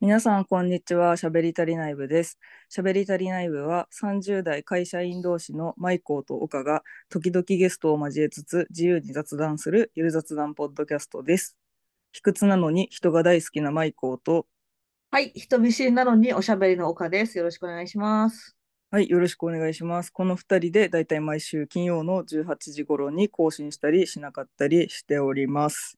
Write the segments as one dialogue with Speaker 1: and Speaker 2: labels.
Speaker 1: 皆さん、こんにちは。しゃべりたり内部です。しゃべりたり内部は、30代会社員同士のマイコーと岡が、時々ゲストを交えつつ、自由に雑談するゆる雑談ポッドキャストです。卑屈なのに人が大好きなマイコーと、
Speaker 2: はい、人見知りなのにおしゃべりの岡です。よろしくお願いします。
Speaker 1: はい、よろしくお願いします。この2人で、だいたい毎週金曜の18時頃に更新したりしなかったりしております。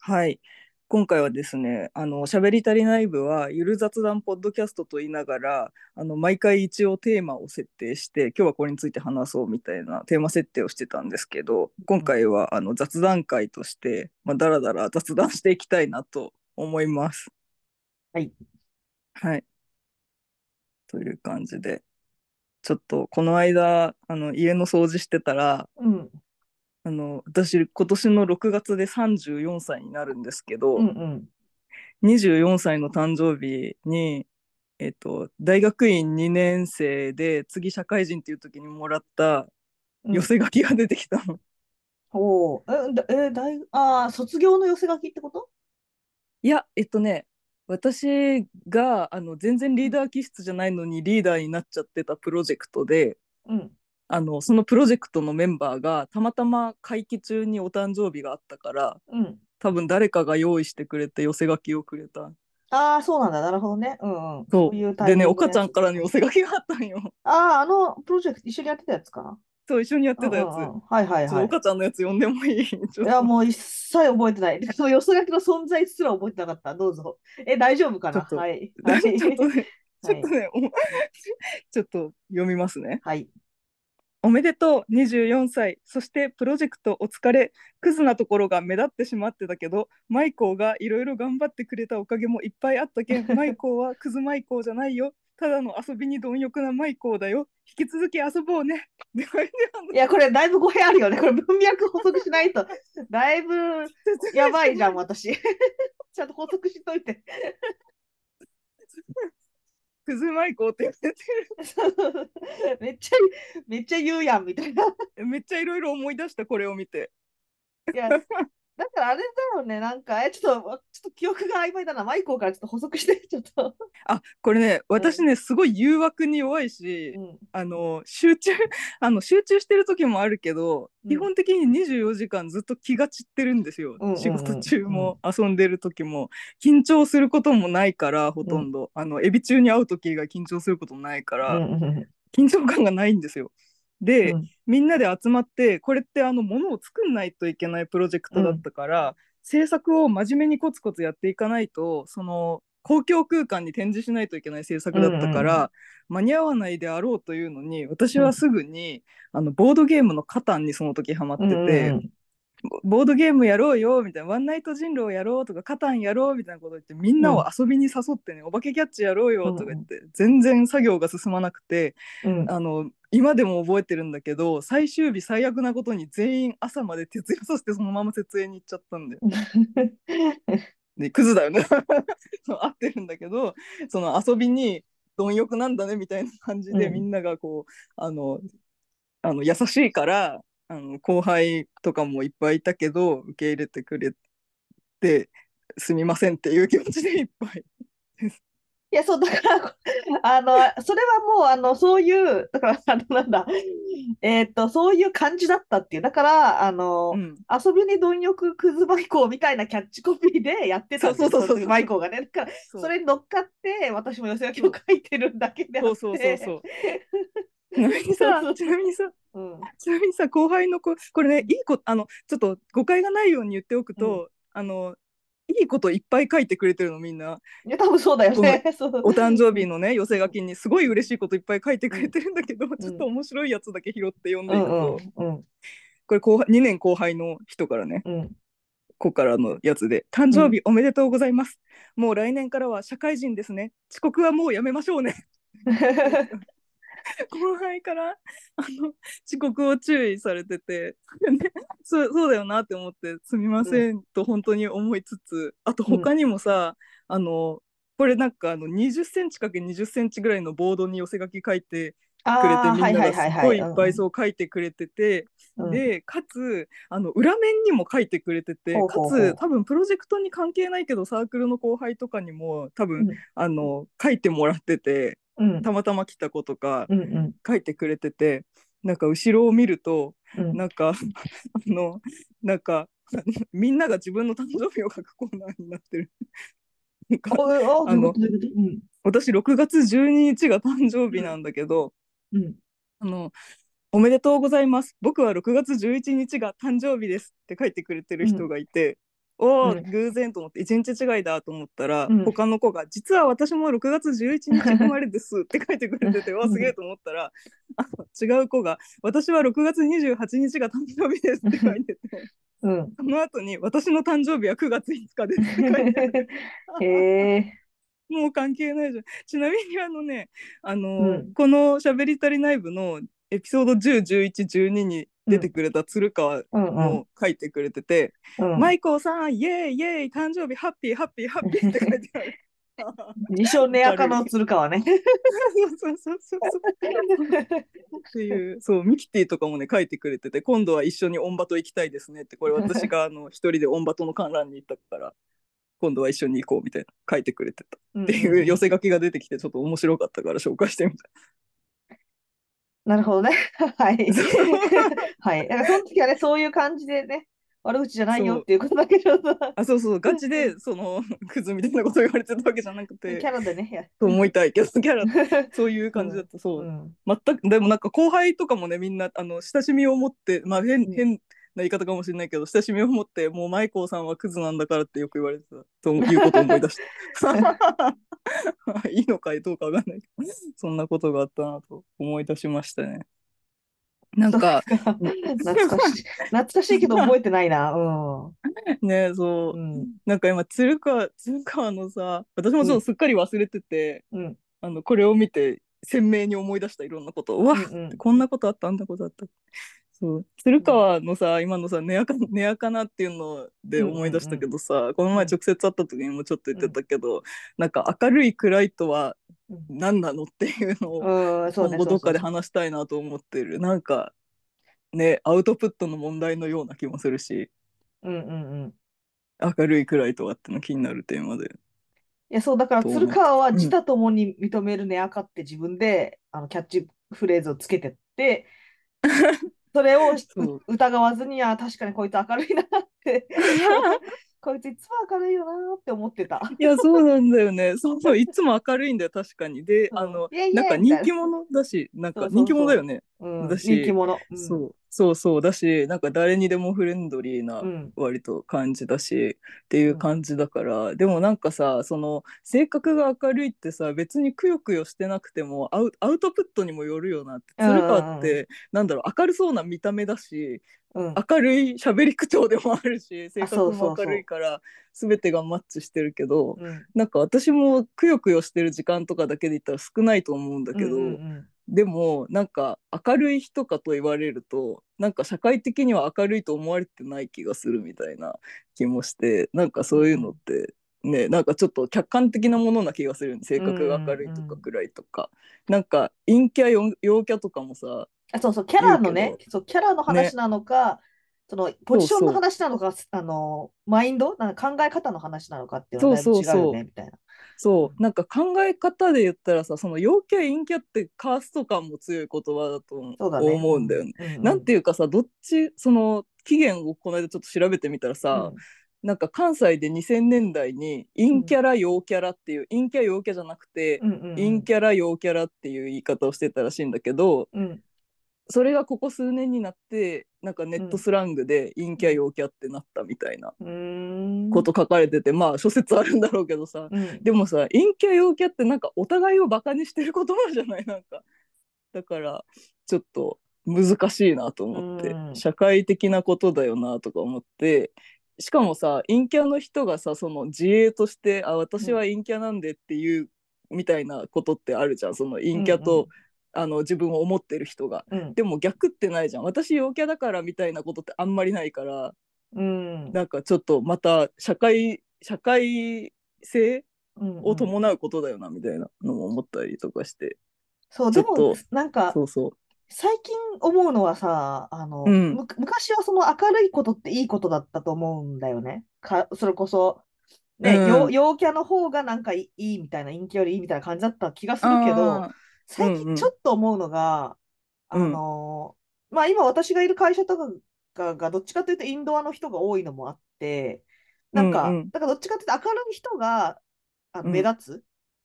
Speaker 1: はい。今回はですね、あの、しゃべり足りない部は、ゆる雑談ポッドキャストと言いながら、あの、毎回一応テーマを設定して、今日はこれについて話そうみたいなテーマ設定をしてたんですけど、今回は、あの、雑談会として、まあ、だらだら雑談していきたいなと思います。
Speaker 2: はい。
Speaker 1: はい。という感じで、ちょっとこの間、あの、家の掃除してたら、
Speaker 2: うん、
Speaker 1: あの、私、今年の6月で34歳になるんですけど、
Speaker 2: うん、うん。
Speaker 1: 24歳の誕生日に、えっと、大学院2年生で次社会人っていう時にもらった
Speaker 2: うん
Speaker 1: 寄せ書きが出てきたの。
Speaker 2: おーえ、だえ、だい、あー卒業の寄せ書きってこと
Speaker 1: いやえっとね私があの全然リーダー気質じゃないのにリーダーになっちゃってたプロジェクトで
Speaker 2: うん。
Speaker 1: あのそのプロジェクトのメンバーがたまたま会期中にお誕生日があったから
Speaker 2: うん。
Speaker 1: 多分誰かが用意してくれて寄せ書きをくれた
Speaker 2: ああ、そうなんだ。なるほどね。うん、うん。
Speaker 1: そう
Speaker 2: いうタイ
Speaker 1: でね
Speaker 2: ミングの
Speaker 1: 岡ちゃ
Speaker 2: や
Speaker 1: ん
Speaker 2: つ
Speaker 1: からの寄せ書きがあったん よ
Speaker 2: ああ、あのプロジェクト一緒にやってたやつか。
Speaker 1: そう一緒にやってたやつ
Speaker 2: うんうんうんはいは
Speaker 1: ちょっ
Speaker 2: い
Speaker 1: と
Speaker 2: はい。
Speaker 1: 岡ちゃんのやつ読んでもいい ちょっと
Speaker 2: いや、もう一切覚えてない。その寄せ書きの存在すら覚えてなかった。どうぞ。え、大丈夫かな
Speaker 1: ちょっと
Speaker 2: はい。はい。
Speaker 1: ちょっ とね、ちょっと
Speaker 2: は
Speaker 1: ね、お ちょっと読みますね。
Speaker 2: はい。
Speaker 1: おめでとう24歳そしてプロジェクトお疲れクズなところが目立ってしまってたけどマイコーがいろいろ頑張ってくれたおかげもいっぱいあったけんマイコーはクズマイコーじゃないよただの遊びに貪欲なマイコーだよ引き続き遊ぼうね であれであの
Speaker 2: いや、これだいぶ語弊あるよね。これ文脈補足しないと。だいぶ やばいじゃん、私。 ちゃんと補足しといて。
Speaker 1: クズマイコーって言って
Speaker 2: めっちゃ、めっちゃ言うやん、みたいな。 い
Speaker 1: てめっちゃいろいろ思い出したこれを見て
Speaker 2: や、だからあれだよね、なんか、え、ちょっと、ちょっと記憶が曖昧だな。マイコーからちょっと補足して、 ちょっと。
Speaker 1: あこれね私ねすごい誘惑に弱いし、
Speaker 2: うん。
Speaker 1: あの集中 あの集中してる時もあるけど、
Speaker 2: うん
Speaker 1: 基本的に24時間ずっと気が散ってるんですよ、
Speaker 2: うんうんうん
Speaker 1: 仕事中も遊んでる時も緊張することもないからほとんど、あのエビ中に会う時が緊張することないから、
Speaker 2: うん
Speaker 1: 緊張感がないんですよで、
Speaker 2: うん
Speaker 1: みんなで集まってこれってあのものを作んないといけないプロジェクトだったから、制作を真面目にコツコツやっていかないとその公共空間に展示しないといけない制作だったから、
Speaker 2: うんうん
Speaker 1: 間に合わないであろうというのに私
Speaker 2: う
Speaker 1: は
Speaker 2: ん
Speaker 1: すぐに、あのボードゲームの「カタン」にその時ハマってて、
Speaker 2: うん
Speaker 1: ボードゲームやろうよみたいな「ワンナイト人狼やろう」とか「カタンやろう」みたいなこと言ってみんなを遊びに誘ってね「お化けキャッチやろうよ」とか言って、全然作業が進まなくて、
Speaker 2: うん
Speaker 1: あの今でも覚えてるんだけど最終日最悪なことに全員朝まで徹夜させてそのまま設営に行っちゃったんだよ。でクズだよね そう合ってるんだけどその遊びに貪欲なんだねみたいな感じで、
Speaker 2: うん
Speaker 1: みんながこうあのあの優しいからあの後輩とかもいっぱいいたけど受け入れてくれてすみませんっていう気持ちでいっぱい。
Speaker 2: いや、そう、だから、 こあの、それはもう、あの、そういう、だから、あ の、なんだ、えーっと、そういう感じだったっていう、だから、あの、
Speaker 1: うん
Speaker 2: 遊びに貪欲クズマイコーみたいなキャッチコピーでやってたんですよ
Speaker 1: そうそうそうそう
Speaker 2: の時マイコーがね。だから
Speaker 1: そう
Speaker 2: それに乗っかって私も寄せ書きを書いてるんだけであ
Speaker 1: そ
Speaker 2: っ
Speaker 1: う
Speaker 2: て。
Speaker 1: そうそうそ う。ちなみにさ
Speaker 2: そうそう
Speaker 1: ちなみにさ
Speaker 2: うん
Speaker 1: ちなみにさ後輩の子これねいいことあのちょっと誤解がないように言っておくと、
Speaker 2: う
Speaker 1: あのいいこといっぱい書いてくれてるのみんない
Speaker 2: や多分そうだよね。そう
Speaker 1: お誕生日のね寄せ書きにすごい嬉しいこといっぱい書いてくれてるんだけど、ちょっと面白いやつだけ拾って読んで
Speaker 2: う
Speaker 1: いく
Speaker 2: ん
Speaker 1: と、
Speaker 2: うんうん
Speaker 1: これ後輩2年後輩の人からね
Speaker 2: うん。
Speaker 1: 子からのやつで「誕生日おめでとうございます、もう来年からは社会人ですね遅刻はもうやめましょうね」後輩からあの遅刻を注意されてて、ね、そうそうだよなって思って「すみません」と本当に思いつつあと他にもさ、あのこれなんかあの20センチ ×20 センチぐらいのボードに寄せ書き書いてくれて
Speaker 2: あ
Speaker 1: みん
Speaker 2: ー
Speaker 1: な
Speaker 2: は
Speaker 1: い
Speaker 2: は
Speaker 1: が
Speaker 2: い
Speaker 1: す
Speaker 2: はい
Speaker 1: っ
Speaker 2: は
Speaker 1: ご
Speaker 2: い
Speaker 1: いいっぱいそう書いてくれてて、
Speaker 2: うん
Speaker 1: でかつあの裏面にも書いてくれてて、
Speaker 2: ほう
Speaker 1: か
Speaker 2: ほうほう
Speaker 1: つ多分プロジェクトに関係ないけどサークルの後輩とかにも多分、
Speaker 2: うん
Speaker 1: あの書いてもらってて
Speaker 2: うんうん
Speaker 1: たまたま来た子とか
Speaker 2: うんうん
Speaker 1: 書いてくれててなんか後ろを見ると
Speaker 2: うん
Speaker 1: なんかあのなんかみんなが自分の誕生日を書くコーナーになってる。なんか
Speaker 2: おうおう
Speaker 1: あの
Speaker 2: どういうことどういうこ
Speaker 1: 私6月12日が誕生日なんだけど、
Speaker 2: とうんうん
Speaker 1: あの、おめでとうございます。僕は6月11日が誕生日ですって書いてくれてる人がいて、おお、
Speaker 2: うん
Speaker 1: 偶然と思って、1日違いだと思ったら、
Speaker 2: うん
Speaker 1: 他の子が、実は私も6月11日生まれですって書いてくれて て、わあ、すげえと思ったら、あの違う子が、私は6月28日が誕生日ですって書いてて、
Speaker 2: うん
Speaker 1: その後に、私の誕生日は9月5日ですって書いてて、
Speaker 2: へえ。
Speaker 1: もう関係ないじゃん。 ちなみにあのね、あのー
Speaker 2: うん
Speaker 1: この「しゃべり足りない部」のエピソード10、11、12に出てくれた鶴川
Speaker 2: うんうん
Speaker 1: も書いてくれてて、
Speaker 2: うん。
Speaker 1: マイコーさん、イエーイイエーイ、誕生日ハッピーハッピーハッピーって書 いてある。
Speaker 2: 自称ネアカの鶴川 ね。
Speaker 1: そうそうそうそうっていうそうミキティとかもね書いてくれてて今度は一緒にオンバト行きたいですねってこれ私があの一人でオンバトの観覧に行ったから今度は一緒に行こうみたいな書いてくれてたっていう寄せ書きが出てきてちょっと面白かったから紹介してみた
Speaker 2: なるほどね。 はい。はい。なんかその時はね、そういう感じでね、悪口じゃないよっていうことだけど、
Speaker 1: あそうそうガチでその クズみたいなこと言われてたわけじゃなく
Speaker 2: キ
Speaker 1: て
Speaker 2: ャラでね、や
Speaker 1: と思いたいけどキャラ そういう感じだった、
Speaker 2: う
Speaker 1: そうん全くでもなんか後輩とかもねみんなあの親しみを持ってまあ変,、
Speaker 2: うん
Speaker 1: 変な言い方かもしれないけど親しみを持ってもうマイコーさんはクズなんだからってよく言われてたということを思い 出した いいのかどうかわかんないけどそんなことがあったなと思い出しましたねなん か
Speaker 2: 懐かしい。懐かしいけど覚えてないな。うん。
Speaker 1: ねそう
Speaker 2: うん。
Speaker 1: なんか今鶴川鶴川のさ私もちょっとすっかり忘れてて、
Speaker 2: うん。
Speaker 1: あのこれを見て鮮明に思い出したいろんなことうわ、
Speaker 2: うんうん
Speaker 1: こんなことあったあんなことあったそう鶴川のさ、今のさ根あか「ねやかな」っていうので思い出したけどさ、この前直接会った時にもちょっと言ってたけど、なんか明るい暗いとは何なのっていうのを
Speaker 2: うん、そう
Speaker 1: 今
Speaker 2: ね。
Speaker 1: 後どっかで
Speaker 2: そうそう
Speaker 1: 話したいなと思ってるなんかねアウトプットの問題のような気もするし
Speaker 2: そううんうんうん。
Speaker 1: 明るい暗いとはっての気になるテー マで。
Speaker 2: いや、そう、だから、
Speaker 1: どう
Speaker 2: 鶴川は
Speaker 1: うん
Speaker 2: 自他ともに認めるね、赤って自分で、あの、キャッチフレーズをつけ てって、それをう
Speaker 1: そう
Speaker 2: 疑わずに、あ、確かにこいつ明るい なって、こいついつも明るいよなって思ってた。
Speaker 1: いや、そうなんだよね。そうそう、いつも明るいんだよ、確かに。で、
Speaker 2: そう
Speaker 1: あの、
Speaker 2: イエイイエイ
Speaker 1: なんか
Speaker 2: みた
Speaker 1: 人
Speaker 2: いな
Speaker 1: 気者だし、なん
Speaker 2: そ
Speaker 1: か
Speaker 2: うそうそ
Speaker 1: 人
Speaker 2: う
Speaker 1: 気者だよね。
Speaker 2: うん、
Speaker 1: だし
Speaker 2: 人気者。うん
Speaker 1: そうそうそう、だし、なんか誰にでもフレンドリーな
Speaker 2: う、ん。
Speaker 1: 割と感じだし、っていう感じだから、でもなんかさ、その、性格が明るいってさ、別にくよくよしてなくても、アウアウトプットにもよるよなって。
Speaker 2: うん
Speaker 1: 鶴川って、なんだろう、明るそうな見た目だし、
Speaker 2: うん。
Speaker 1: 明るい喋り口調でもあるし、性
Speaker 2: そ
Speaker 1: 格
Speaker 2: うそうそ
Speaker 1: も
Speaker 2: う
Speaker 1: 明るいから、全てがマッチしてるけど、
Speaker 2: うん。
Speaker 1: なんか私もくよくよしてる時間とかだけで言ったら少ないと思うんだけど、
Speaker 2: うんうん
Speaker 1: でもなんか明るい人かと言われるとなんか社会的には明るいと思われてない気がするみたいな気もしてなんかそういうのってねなんかちょっと客観的なものな気がするよね性格が明るいと
Speaker 2: うんうんう
Speaker 1: か
Speaker 2: ん
Speaker 1: 暗いとか、なんか陰キャ陽陽キャとかもさ
Speaker 2: あ、そうそう、キャラの
Speaker 1: 言
Speaker 2: ね
Speaker 1: う、
Speaker 2: そう、キャラの話なのか、その、ポジションの話なのか、あの、マインド、なんか考え方の話なのかっていうのはだいぶ
Speaker 1: そうそうそう
Speaker 2: 違うよね、みたいな。
Speaker 1: そうなんか考え方で言ったらさその陽キャ陰キャってカースト感も強い言葉だと
Speaker 2: そうだね。
Speaker 1: 思うんだよね。
Speaker 2: うう
Speaker 1: なんていうかさどっちその起源をこの間ちょっと調べてみたらさ、なんか関西で2000年代に陰キャラ陽キャラっていう、陰キャ陽キャじゃなくて、
Speaker 2: うんうんうん
Speaker 1: 陰キャラ陽キャラっていう言い方をしてたらしいんだけど
Speaker 2: うん
Speaker 1: それがここ数年になってなんかネットスラングで陰キャ陽キャってなったみたいな
Speaker 2: うーん
Speaker 1: こと書かれてて、まあ諸説あるんだろうけどさ
Speaker 2: うん
Speaker 1: でもさ陰キャ陽キャってなんかお互いをバカにしてる言葉じゃないなんかだからちょっと難しいなと思って、
Speaker 2: うん
Speaker 1: 社会的なことだよなとか思ってしかもさ陰キャの人がさその自衛として「あ私は陰キャなんで」っていうみたいなことってあるじゃんその陰キャと、あの自分を思ってる人が。
Speaker 2: うん
Speaker 1: でも逆ってないじゃん私陽キャだからみたいなことってあんまりないから
Speaker 2: うん
Speaker 1: なんかちょっとまた社会社会性
Speaker 2: うん
Speaker 1: を伴うことだよなみたいなのも思ったりとかして
Speaker 2: そう、
Speaker 1: ちょ
Speaker 2: で
Speaker 1: っと
Speaker 2: も、なんか、
Speaker 1: そうそう。
Speaker 2: 最近思うのはさ、あの、
Speaker 1: うん
Speaker 2: む、昔はその明るいことっていいことだったと思うんだよね。か、それこそ、ね、
Speaker 1: うん
Speaker 2: 陽、陽キャの方がなんかいい、いいみたいな、陰キャよりいいみたいな感じだった気がするけど、
Speaker 1: あ
Speaker 2: 最
Speaker 1: うんう
Speaker 2: 近
Speaker 1: ん
Speaker 2: ちょっと思うのが、あ
Speaker 1: うん
Speaker 2: の、まあ今私がいる会社とかが、がどっちかというとインドアの人が多いのもあって、なんか、
Speaker 1: うんうん
Speaker 2: だからどっちかというと明るい人が、あの、
Speaker 1: うん
Speaker 2: 目立つ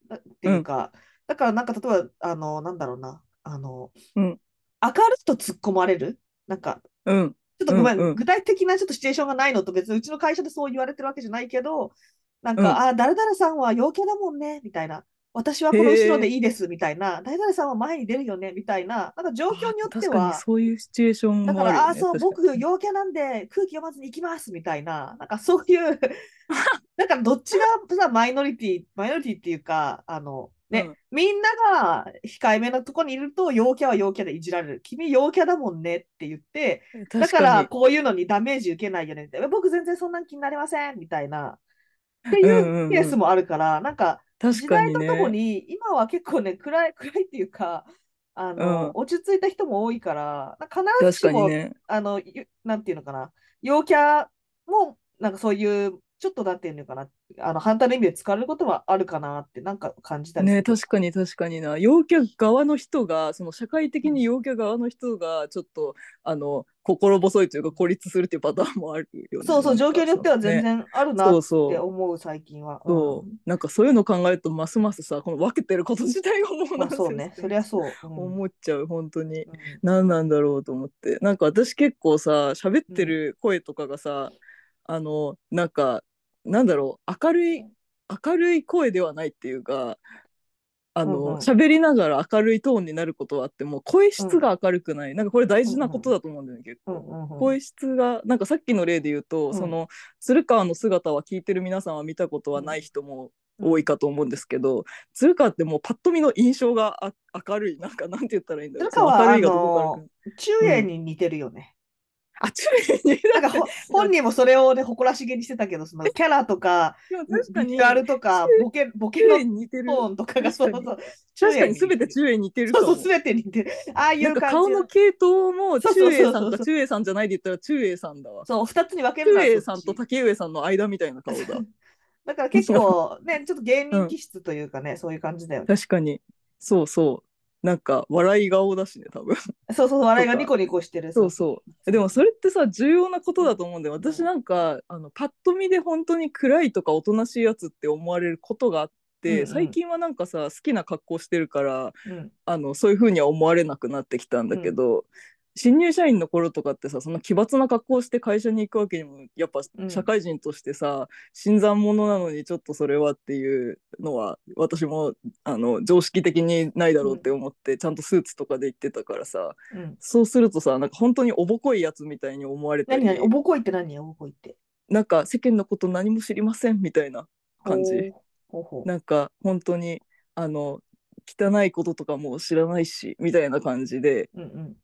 Speaker 2: だっていうか、だからなんか例えば、あの、なんだろうな、あの、
Speaker 1: うん
Speaker 2: 明るいと突っ込まれるなんか、
Speaker 1: ーうん、
Speaker 2: ちょっとごめん、
Speaker 1: うんうん
Speaker 2: 具体的なちょっとシチュエーションがないのと別にうちの会社でそう言われてるわけじゃないけど、なんか、
Speaker 1: うん
Speaker 2: ああ、誰々さんは陽キャだもんね、みたいな。私はこの後ろでいいです、みたいな。誰々さんは前に出るよね、みたいな。なんか状況によって
Speaker 1: 確かに
Speaker 2: は、
Speaker 1: そういうシチュエーション
Speaker 2: だ
Speaker 1: も
Speaker 2: か
Speaker 1: ある
Speaker 2: ら、あ
Speaker 1: よ
Speaker 2: あ、
Speaker 1: ね。
Speaker 2: そう、
Speaker 1: 確か
Speaker 2: 僕、陽キャなんで空気読まずに行きます、みたいな。なんかそういう、だからどっちがさ、マイノリティ、マイノリティっていうか、あの、ね、
Speaker 1: うん
Speaker 2: みんなが控えめなとこにいると、陽キャは陽キャでいじられる。君、陽キャだもんねって言って、
Speaker 1: に
Speaker 2: だ
Speaker 1: 確
Speaker 2: から、
Speaker 1: か
Speaker 2: こういうのにダメージ受けないよねって。僕、全然そんな気になりません、みたいな。ってい
Speaker 1: んうんう
Speaker 2: うんケースもあるから、なんか、
Speaker 1: に
Speaker 2: 時
Speaker 1: 確か
Speaker 2: 代
Speaker 1: に
Speaker 2: ととも
Speaker 1: ね。
Speaker 2: に、今は結構ね、暗い、暗 いっていうか、あ
Speaker 1: う
Speaker 2: の、
Speaker 1: ん
Speaker 2: 落ち着いた人も多いから、なんか
Speaker 1: 確
Speaker 2: 必ずし
Speaker 1: かに
Speaker 2: も、
Speaker 1: ね。
Speaker 2: あの、ゆなんていうのかな、陽キャも、なんかそういう、ちょっとなんていうのかな、あの、反対の意味で使われることはあるかなって、なんか感じたりす
Speaker 1: ね
Speaker 2: る。
Speaker 1: 確かに確かにな陽キャ側の人がその社会的に陽キャ側の人がちょっとあの心細いというか孤立するっていうパターンもあるよね。
Speaker 2: そうそう、状況によっては全
Speaker 1: 然
Speaker 2: 然あるなっ
Speaker 1: そうそう
Speaker 2: て思う、最近は。
Speaker 1: そううんなんかそういうの考えるとますますさこの分けてること自体がもう
Speaker 2: ま
Speaker 1: な
Speaker 2: あ
Speaker 1: んてい
Speaker 2: そう
Speaker 1: の
Speaker 2: ね、そりゃそう。うん
Speaker 1: 思っちゃう本当に
Speaker 2: う。
Speaker 1: 何なんだろうと思ってなんか私結構さ喋ってる声とかがさ、あのなんかなんだろう明るい明るい声ではないっていうかあ
Speaker 2: うんうん
Speaker 1: の喋、りながら明るいトーンになることはあっても声質が明るくない、なんかこれ大事なことだと思うんだよね、結構。
Speaker 2: んうんうん
Speaker 1: 声質がなんかさっきの例で言うと、
Speaker 2: うん
Speaker 1: その鶴川の姿は聞いてる皆さんは見たことはない人も多いかと思うんですけど、鶴川ってもうパッと見の印象があ明るいなんかなんて言ったらいいんだろう
Speaker 2: 鶴川
Speaker 1: その
Speaker 2: は
Speaker 1: 明るいがどこから来る
Speaker 2: 中英に似てるよね。
Speaker 1: あ中英に
Speaker 2: なんか ほ本人もそれをね、誇らしげにしてたけど、そのキャラとか、
Speaker 1: でも
Speaker 2: ビ
Speaker 1: 確かに
Speaker 2: ジュアルとか、ボケ、ボケ
Speaker 1: 中英
Speaker 2: の
Speaker 1: に似てる
Speaker 2: トーンとかが、そう
Speaker 1: 確
Speaker 2: そ
Speaker 1: か
Speaker 2: う
Speaker 1: に
Speaker 2: そう、
Speaker 1: 確かに
Speaker 2: 中英
Speaker 1: 全て
Speaker 2: に似て
Speaker 1: 中英に似て
Speaker 2: る
Speaker 1: るか
Speaker 2: そう
Speaker 1: も
Speaker 2: そう、すべて似てる。ああい
Speaker 1: なんか
Speaker 2: う感
Speaker 1: 顔
Speaker 2: じ
Speaker 1: の系統も
Speaker 2: そ
Speaker 1: 中
Speaker 2: うそうそう
Speaker 1: 英さん
Speaker 2: そう
Speaker 1: か中英さんじゃないで言ったら中英さんだわ
Speaker 2: そう、二つに分ける
Speaker 1: 中
Speaker 2: なら
Speaker 1: 英
Speaker 2: そ
Speaker 1: さ
Speaker 2: っ
Speaker 1: ん
Speaker 2: ち
Speaker 1: と竹上さんの間みたいな顔だ
Speaker 2: だから結構ね、ちょっと芸人気質というかね、そういう感じだよね。
Speaker 1: 確かにそうそうなんか笑い顔だしね多分
Speaker 2: そうそう、笑いが
Speaker 1: とか
Speaker 2: ニコニコしてる。
Speaker 1: そうそうでもそれってさ重要なことだと思うんだよ
Speaker 2: ん
Speaker 1: 私なんかあのパッと見で本当に暗いとかおとなしいやつって思われることがあって、
Speaker 2: うんうん
Speaker 1: 最近はなんかさ好きな格好してるから
Speaker 2: うん。
Speaker 1: あのそういうふうには思われなくなってきたんだけど、新入社員の頃とかってさその奇抜な格好をして会社に行くわけにもやっぱ
Speaker 2: うん
Speaker 1: 社会人としてさ、新参者なのにちょっとそれはっていうのは私もあの常識的にないだろうって思って、ちゃんとスーツとかで行ってたからさ
Speaker 2: うん。
Speaker 1: そうするとさなんか本当におぼこいやつみたいに思われたり
Speaker 2: 何何おぼこいって何おぼこいって。
Speaker 1: なんか世間のこと何も知りませんみたいな感じ。
Speaker 2: ほうほうほう
Speaker 1: なんか本当にあの汚いこととかも知らないしみたいな感じで
Speaker 2: うんうん。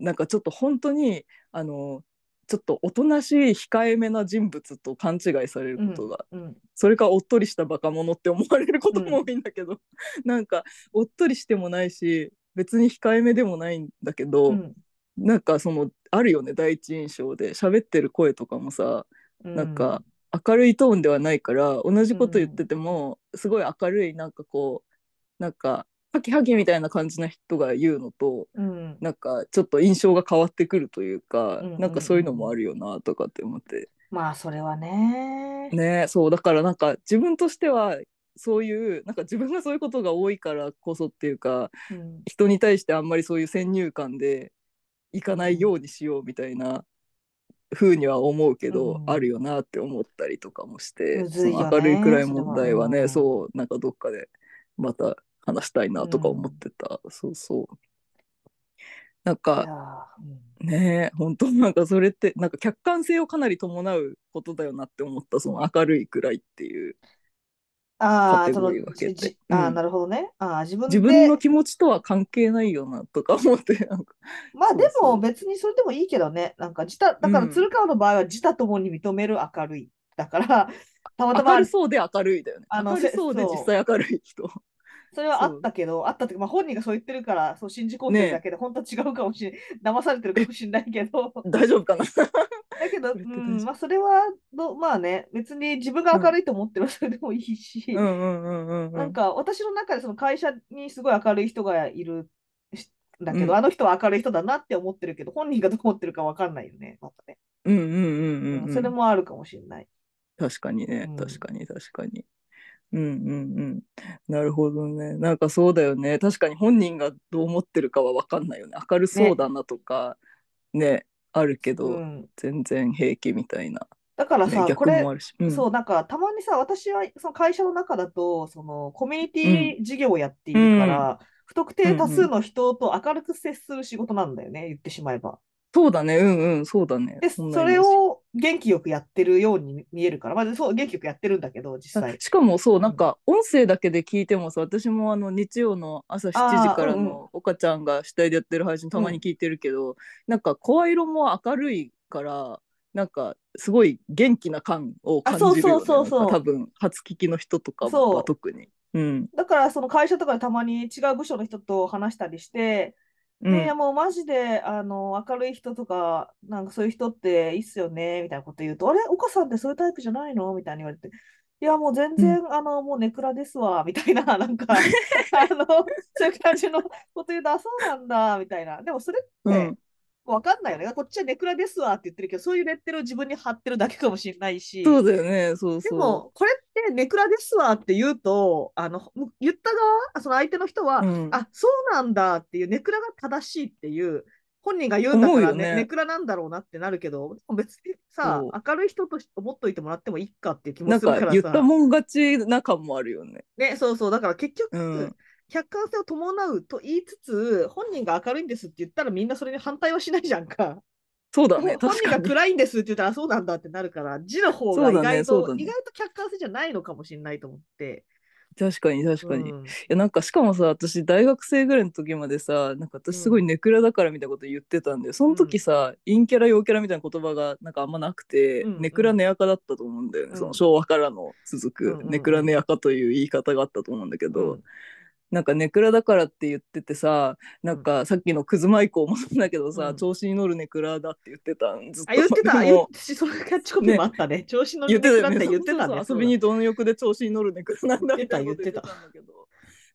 Speaker 1: なんかちょっと本当にあのちょっとおとなしい控えめな人物と勘違いされることが、
Speaker 2: うん
Speaker 1: それかおっとりしたバカ者って思われることも
Speaker 2: うん
Speaker 1: 多いんだけど、 なんかおっとりしてもないし別に控えめでもないんだけど、
Speaker 2: うん
Speaker 1: なんかそのあるよね第一印象で喋ってる声とかもさ
Speaker 2: う
Speaker 1: なんか明るいトーンではないから同じこと言っててもすごい明るいなんかこうなんかハキハキみたいな感じな人が言うのと
Speaker 2: うん、
Speaker 1: なんかちょっと印象が変わってくるというか
Speaker 2: うんうんうん
Speaker 1: なんかそういうのもあるよなとかって思って
Speaker 2: まあそれはね。
Speaker 1: ねそうだからなんか自分としてはそういうなんか自分がそういうことが多いからこそっていうか
Speaker 2: うん
Speaker 1: 人に対してあんまりそういう先入観でいかないようにしようみたいな風には思うけど、
Speaker 2: うん
Speaker 1: あるよなって思ったりとかもして、
Speaker 2: むずい
Speaker 1: その
Speaker 2: よね
Speaker 1: 明るいくらい問題はね
Speaker 2: それ
Speaker 1: そうなんかどっかでまた話したいなとか思ってた、そうそうなん
Speaker 2: い
Speaker 1: か
Speaker 2: やーうん
Speaker 1: ね本当なんかそれってなんか客観性をかなり伴うことだよなって思ったその明るいくらいっていう
Speaker 2: あ
Speaker 1: カ
Speaker 2: あ、
Speaker 1: テ
Speaker 2: そ
Speaker 1: ゴ
Speaker 2: の
Speaker 1: リー分けて
Speaker 2: じじ
Speaker 1: うん
Speaker 2: あーなるほどね。あー自分
Speaker 1: 自
Speaker 2: で、
Speaker 1: 分の気持ちとは関係ないよなとか思ってなんか
Speaker 2: まあ
Speaker 1: そう
Speaker 2: でも
Speaker 1: そう
Speaker 2: 別にそれでもいいけどね。なんか自他、だから
Speaker 1: うん
Speaker 2: 鶴川の場合は自他ともに認める明るい。だから、たまたま
Speaker 1: 明るそうで明るいだよね
Speaker 2: あの
Speaker 1: 明るそうで
Speaker 2: せそう
Speaker 1: 実際明るい人
Speaker 2: それはあったけど、あったっていうか、まあ、本人がそう言ってるから、そう信じ込んでるだけで、本当は違うかもしれない、騙されてるかもしれないけ ど、
Speaker 1: 大丈夫かな
Speaker 2: だけど、う
Speaker 1: それって大
Speaker 2: ん、
Speaker 1: 丈夫
Speaker 2: まあ、それはど、まあね、別に自分が明るいと思ってるそれでもいいし、
Speaker 1: うんうんうんうんうん。
Speaker 2: なんか私の中でその会社にすごい明るい人がいるしだけど、
Speaker 1: うん
Speaker 2: あの人は明るい人だなって思ってるけど、本人がどう思ってるかわかんないよね。またね。
Speaker 1: うんうんうんうんうん。
Speaker 2: それもあるかもしれない。
Speaker 1: 確かにね
Speaker 2: うん、
Speaker 1: 確かに確かに。うんうんうん。なるほどね。なんかそうだよね。確かに本人がどう思ってるかは分かんないよね。明るそうだなとか、ね、あるけど、
Speaker 2: うん、
Speaker 1: 全然平気みたいな。
Speaker 2: だから
Speaker 1: ね
Speaker 2: さ、こ
Speaker 1: 逆
Speaker 2: れ
Speaker 1: も、あるし。うん、
Speaker 2: そう、なんかたまにさ、私はその会社の中だと、そのコミュニティ事業をやっているから、不特定多数の人と明るく接する仕事なんだよね、言ってしまえば。
Speaker 1: そうだね。うんうん。そうだね。
Speaker 2: で、
Speaker 1: ん
Speaker 2: そ
Speaker 1: な
Speaker 2: れ
Speaker 1: イメージ
Speaker 2: を元気よくやってるように見えるから、まあ、そう、元気よくやってるんだけど、実際。
Speaker 1: しかもそうなんか音声だけで聞いてもさ私もあの日曜の朝7時から
Speaker 2: あーうんう
Speaker 1: の岡ちゃんが主体でやってる配信たまに聞いてるけど、なんか声色も明るいからなんかすごい元気な感を感じるよ、ね、
Speaker 2: あそうそうそうそう
Speaker 1: なんか多分初聞きの人とか
Speaker 2: そう
Speaker 1: は特に。うん
Speaker 2: だから、その会社とかでたまに違う部署の人と話したりして、
Speaker 1: うん
Speaker 2: ね、いやもうマジで、あの、明るい人とか、なんかそういう人っていいっすよね、みたいなこと言うと、あれ、岡さんってそういうタイプじゃないのみたいに言われて、いや、もう全然、あの、もうネクラですわ、みたいな、 なん か、あの、そういう感じのこと言うと、あ、そうなんだ、みたいな。でも、それっ
Speaker 1: う
Speaker 2: て
Speaker 1: ん、
Speaker 2: わかんないよね。こっちはネクラですわって言ってるけど、そういうレッテルを自分に貼ってるだけかもしれないし。
Speaker 1: そうだよねそう
Speaker 2: で
Speaker 1: そう。
Speaker 2: も、これってネクラですわって言うと、あの、む言った側、その相手の人は、
Speaker 1: うん
Speaker 2: あ、そうなんだっていう、ネクラが正しいっていう、本人が言うんだから
Speaker 1: 思う
Speaker 2: ね、
Speaker 1: よね
Speaker 2: ネクラなんだろうなってなるけど、でも別にさ
Speaker 1: そ、
Speaker 2: 明るい人として思っといてもらってもいいかっていう気
Speaker 1: な
Speaker 2: も
Speaker 1: ん
Speaker 2: するか
Speaker 1: から言っ
Speaker 2: さ、
Speaker 1: たもん勝ちな感もあるよね。
Speaker 2: ね、そうそう、だから結局、
Speaker 1: うん
Speaker 2: 客観性を伴うと言いつつ、本人が明るいんですって言ったらみんなそれに反対はしないじゃんか。
Speaker 1: そうだね
Speaker 2: ほ本
Speaker 1: 確
Speaker 2: 人
Speaker 1: か
Speaker 2: が
Speaker 1: に。
Speaker 2: 暗いんですって言ったら、あそうなんだってなるから、字の方
Speaker 1: そ
Speaker 2: が意
Speaker 1: うだ
Speaker 2: 外
Speaker 1: ね
Speaker 2: と、
Speaker 1: そうだね
Speaker 2: 意外と客観性じゃないのかもしれないと思って。
Speaker 1: 確かに確かに。
Speaker 2: うん
Speaker 1: いやなんかしかもさ私大学生ぐらいの時までさなんか私すごいネクラだからみたいなこと言ってたんでその時さ、陰キャラ陽キャラみたいな言葉がなんかあんまなくて、
Speaker 2: うんうん
Speaker 1: ネクラネアカだったと思うんだよね、
Speaker 2: うん
Speaker 1: その昭和からの続く、
Speaker 2: うんうんうん
Speaker 1: ネクラネアカという言い方があったと思うんだけど、
Speaker 2: うん
Speaker 1: なんかネクラだからって言っててさなんかさっきのクズマイコもそうだけどさ、
Speaker 2: うん
Speaker 1: 調子に乗るネクラだって言ってたんずっと
Speaker 2: あ、言ってた、
Speaker 1: で
Speaker 2: 言っ
Speaker 1: も
Speaker 2: しそういうキャッチコピーもあったね。調子の
Speaker 1: 言ってたよ
Speaker 2: ネ
Speaker 1: ね
Speaker 2: クラって言ってたね。
Speaker 1: そうそう遊びに貪欲で調子に乗るネク ラなんだ
Speaker 2: 言
Speaker 1: み
Speaker 2: ってた
Speaker 1: たいなこと言っててた
Speaker 2: 言った
Speaker 1: んだけど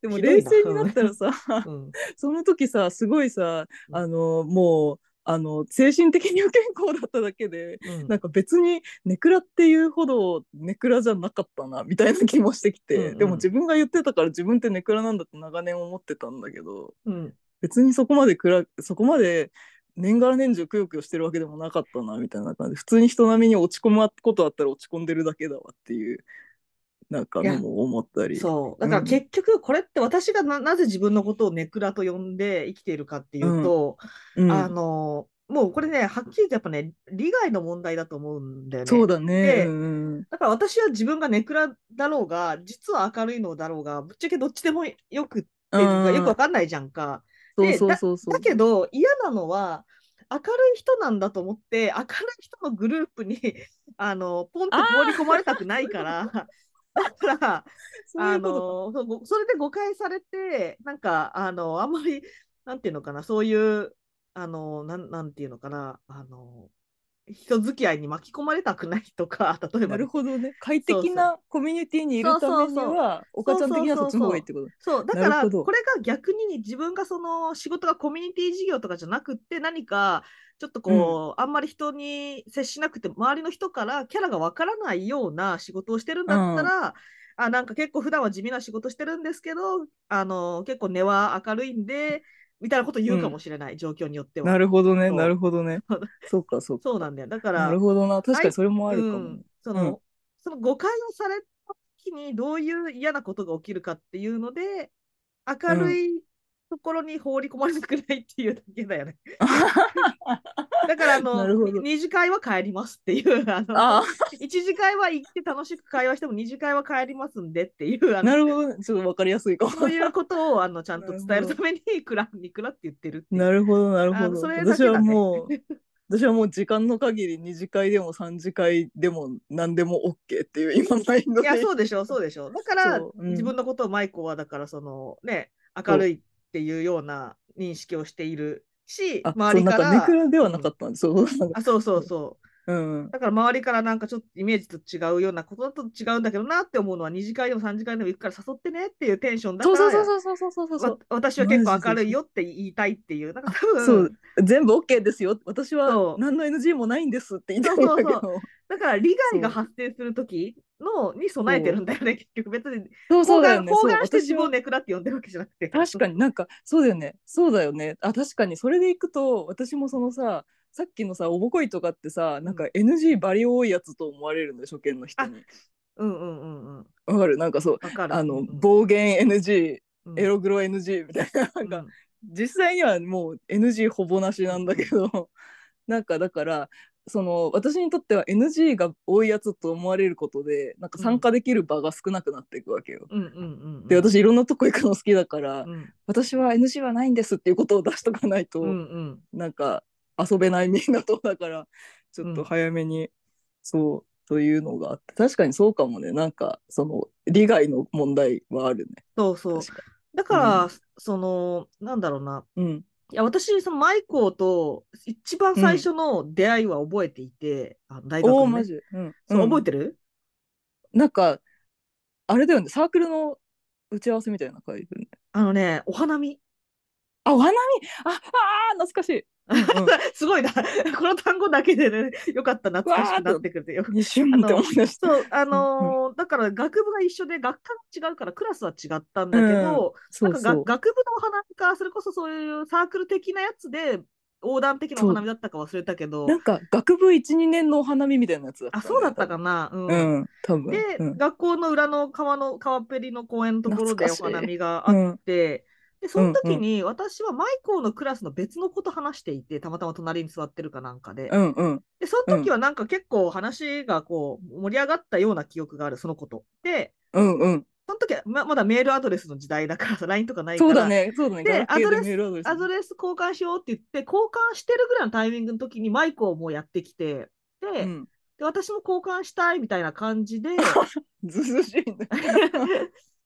Speaker 1: でも
Speaker 2: ひどい
Speaker 1: 冷
Speaker 2: な
Speaker 1: 静になった らさ、
Speaker 2: そうだうん
Speaker 1: その時さすごいさ
Speaker 2: うん
Speaker 1: あのもうあの精神的に不健康だっただけで
Speaker 2: うん
Speaker 1: なんか別にネクラっていうほどネクラじゃなかったなみたいな気もしてきて、
Speaker 2: うんうん
Speaker 1: でも自分が言ってたから自分ってネクラなんだって長年思ってたんだけど
Speaker 2: うん
Speaker 1: 別にそこまで暗そこまで年がら年中くよくよしてるわけでもなかったなみたいな感じで普通に人並みに落ち込むことあったら落ち込んでるだけだわっていうなんかのも思ったり。
Speaker 2: そう。だから
Speaker 1: うん
Speaker 2: 結局、これって私がな、なぜ自分のことをネクラと呼んで生きているかっていうと、
Speaker 1: うん
Speaker 2: あの、もうこれね、はっきり言ってやっぱね、利害の問題だと思うんだよね。
Speaker 1: そうだね
Speaker 2: で。
Speaker 1: うん
Speaker 2: だから私は自分がネクラだろうが、実は明るいのだろうが、ぶっちゃけどっちでもよくって、よくわかんないじゃんか。
Speaker 1: そう
Speaker 2: で
Speaker 1: そうそうそう。
Speaker 2: だけど嫌なのは明るい人なんだと思って明るい人のグループに あのポンって放り込まれたくない からだから
Speaker 1: そうい
Speaker 2: あ
Speaker 1: うことか
Speaker 2: のそうごそれで誤解されてなんかあのあんまりなんていうのかなそういうあのなんなんていうのかなあの人付き合いに巻き込まれたくないとか 例
Speaker 1: な
Speaker 2: えばね
Speaker 1: るほどね。快適なコミュニティにいるためには、お
Speaker 2: そう
Speaker 1: かちゃん的にはそう
Speaker 2: そそう
Speaker 1: っちの方がいいってこと。
Speaker 2: そう、
Speaker 1: な
Speaker 2: だか
Speaker 1: る
Speaker 2: ら、
Speaker 1: ほど
Speaker 2: これが逆に自分がその仕事がコミュニティ事業とかじゃなくって、何かちょっとこう、あんまり人に接しなくて、周りの人からキャラがわからないような仕事をしてるんだったら、あ、なんか結構普段は地味な仕事してるんですけど、あの、結構根は明るいんで、みたいなこと言うかもしれない、状況によって
Speaker 1: な
Speaker 2: は。
Speaker 1: るほどね、
Speaker 2: そう
Speaker 1: なるほどね。そうか、そうか。
Speaker 2: そうなんだよ。だから、
Speaker 1: なるほどな。確かにそれもあるか
Speaker 2: う
Speaker 1: も
Speaker 2: ん。、そうの
Speaker 1: ん
Speaker 2: その誤解をされた時にどういう嫌なことが起きるかっていうので明るいところに放り込まれたくないっていうだけだよね。だからあの
Speaker 1: なるほど
Speaker 2: 二次会は帰りますっていうあの
Speaker 1: あ
Speaker 2: 一次会は行って楽しく会話しても二次会は帰りますんでっていう あ
Speaker 1: あ、な
Speaker 2: の
Speaker 1: るほどね。ちょっとわかりやすいかも。
Speaker 2: そういうことをあのちゃんと伝え
Speaker 1: なる
Speaker 2: る
Speaker 1: ほど
Speaker 2: ためにクラにクラって言ってるっていう
Speaker 1: なるほど、なる
Speaker 2: あ
Speaker 1: ほ
Speaker 2: の
Speaker 1: ど。
Speaker 2: それだけ
Speaker 1: 私
Speaker 2: だね
Speaker 1: はもう、私はもう時間の限り二次会でも三次会でも何でも OK っていう今マインド
Speaker 2: い
Speaker 1: で
Speaker 2: や、そうでしょ、そうでし ょ。だから、
Speaker 1: そううん
Speaker 2: 自分のことを舞子は、だから、そのね、明るいっていうような認識をしているし、
Speaker 1: あ
Speaker 2: 周りか
Speaker 1: そうなん
Speaker 2: ら
Speaker 1: かネ、クラではなかったんです、そうなんか
Speaker 2: あ、そうそうそう。
Speaker 1: うん
Speaker 2: だから、周りからなんかちょっとイメージと違うようなことだと違うんだけどなって思うのは、二次会でも三次会でも行くから誘ってねっていうテンションだか
Speaker 1: そう
Speaker 2: ら、
Speaker 1: そうそうそうそうそうそうそう
Speaker 2: わ私は結構明るいよって言いたいっていう、なんか多分、
Speaker 1: そう全部 OK ですよ私
Speaker 2: そ
Speaker 1: は
Speaker 2: う
Speaker 1: 何の NG もないんですって言いたいんだけど
Speaker 2: そうだから利害が発生するときのに備えてるんだよね、結局別に。
Speaker 1: そうそうだよ
Speaker 2: 眼
Speaker 1: ね
Speaker 2: 包
Speaker 1: そう
Speaker 2: 含して
Speaker 1: 私
Speaker 2: 自
Speaker 1: は
Speaker 2: 分をネクラって呼んでるわけじゃなくて。
Speaker 1: 確かになんかそうだよねそうだよねあ確かにそれでいくと私もそのささっきのさおぼこいとかってさなんか NG バリ多いやつと思われるのよ初見の人に
Speaker 2: うんうんうんうん。
Speaker 1: わかるなんかそう
Speaker 2: わかる。
Speaker 1: あの
Speaker 2: うん
Speaker 1: 暴言 NG
Speaker 2: うん
Speaker 1: エログロ NG みたいななんか、
Speaker 2: うん
Speaker 1: 実際にはもう NG ほぼなしなんだけど なんかだからその私にとっては NG が多いやつと思われることでなんか参加できる場が少なくなっていくわけよ。
Speaker 2: うんうんうんうん。
Speaker 1: で私いろんなとこ行くの好きだから、
Speaker 2: うん
Speaker 1: 私は NG はないんですっていうことを出しとかないと、
Speaker 2: うんうん。
Speaker 1: なんか遊べないみんなとだから ちょっと早めに、そうというのがあって確かにそうかもねなんかその利害の問題はあるね。
Speaker 2: そうそう。
Speaker 1: 確か
Speaker 2: だから、
Speaker 1: う
Speaker 2: その、なんだろうな。
Speaker 1: にうん
Speaker 2: いや、私、その、マイコーと一番最初の出会いは覚えていて、あの大学
Speaker 1: おー
Speaker 2: の、
Speaker 1: マ
Speaker 2: ね。
Speaker 1: ジ、うん
Speaker 2: そ
Speaker 1: う
Speaker 2: う
Speaker 1: ん
Speaker 2: 覚えてる
Speaker 1: なんかあれだよねサークルの打ち合わせみたいな感じだよね。
Speaker 2: あのね、お花見。
Speaker 1: あお花見ああー懐かし い。うんうん
Speaker 2: すごいな。 この単語だけでね、よかった、懐かしくなってくれてよ。
Speaker 1: 一瞬って思い出した。
Speaker 2: そう、あのーだから学部が一緒で、学科が違うからクラスは違ったんだけど、
Speaker 1: そ
Speaker 2: な
Speaker 1: うん
Speaker 2: か
Speaker 1: そ
Speaker 2: が
Speaker 1: う。
Speaker 2: 学部のお花見か、それこそそういうサークル的なやつで、横断的なお花見だったか忘れたけど
Speaker 1: な、んか学部12年のお花見みたいなやつだった、
Speaker 2: あ、そうだったか。な。うん。
Speaker 1: うん多分。
Speaker 2: で、
Speaker 1: うん
Speaker 2: 学校の裏の川の川っぺりの公園のところでお花見があ
Speaker 1: う
Speaker 2: っ
Speaker 1: ん、
Speaker 2: て、で、その時に私はマイコーのクラスの別の子と話していて、たまたま隣に座ってるかなんかで。
Speaker 1: うんうん
Speaker 2: で、その時はなんか結構話がこう盛り上がったような記憶がある、その子と。で、
Speaker 1: うんうん。
Speaker 2: その時はままだメールアドレスの時代だからさ、LINE とかないか
Speaker 1: そ
Speaker 2: ら、
Speaker 1: うだね。そうだね。
Speaker 2: で
Speaker 1: ガラケーでメール
Speaker 2: アドレス交換しようって言って、交換してるぐらいのタイミングの時にマイクをもうやってきて、で、
Speaker 1: うん。
Speaker 2: で私も交換したいみたいな感じで、
Speaker 1: ずうずうしいね。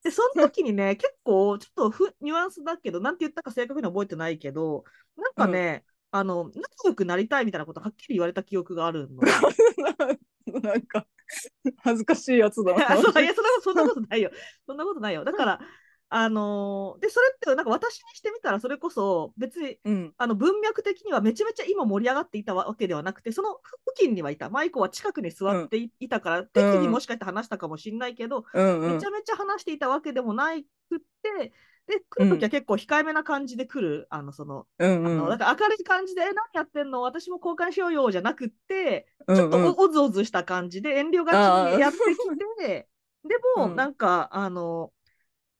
Speaker 2: で、その時にね、結構ちょっとふニュアンスだけど、なんて言ったか正確には覚えてないけど、なんかね、あの、仲良くなりたいみたいなことはっきり言われた記憶があるの。
Speaker 1: なんか、恥ずかしいやつだな。
Speaker 2: あそういやそんなことそんなことないよ。そんなことないよ。だから、あのーで、それって、なんか私にしてみたら、それこそ、別に、
Speaker 1: うん。
Speaker 2: あの文脈的にはめちゃめちゃ今盛り上がっていたわけではなくて、その付近にはいた。マイコは近くに座ってい,、たから、適宜もしかして話したかもしれないけど、
Speaker 1: うんう
Speaker 2: め
Speaker 1: ん
Speaker 2: ちゃ。めちゃ話していたわけでもなくって、で、来るときは結構控えめな感じで来る。あの、その、
Speaker 1: うん
Speaker 2: あ
Speaker 1: うん。
Speaker 2: のなんか明るい感じで、え、何やってんの私も交換しようよ、じゃなくって、
Speaker 1: うん
Speaker 2: ちょっと
Speaker 1: うん
Speaker 2: おおずおずした感じで遠慮
Speaker 1: あ
Speaker 2: がち
Speaker 1: ー
Speaker 2: にやってきて、 で
Speaker 1: う
Speaker 2: も
Speaker 1: ん
Speaker 2: なんか、あの、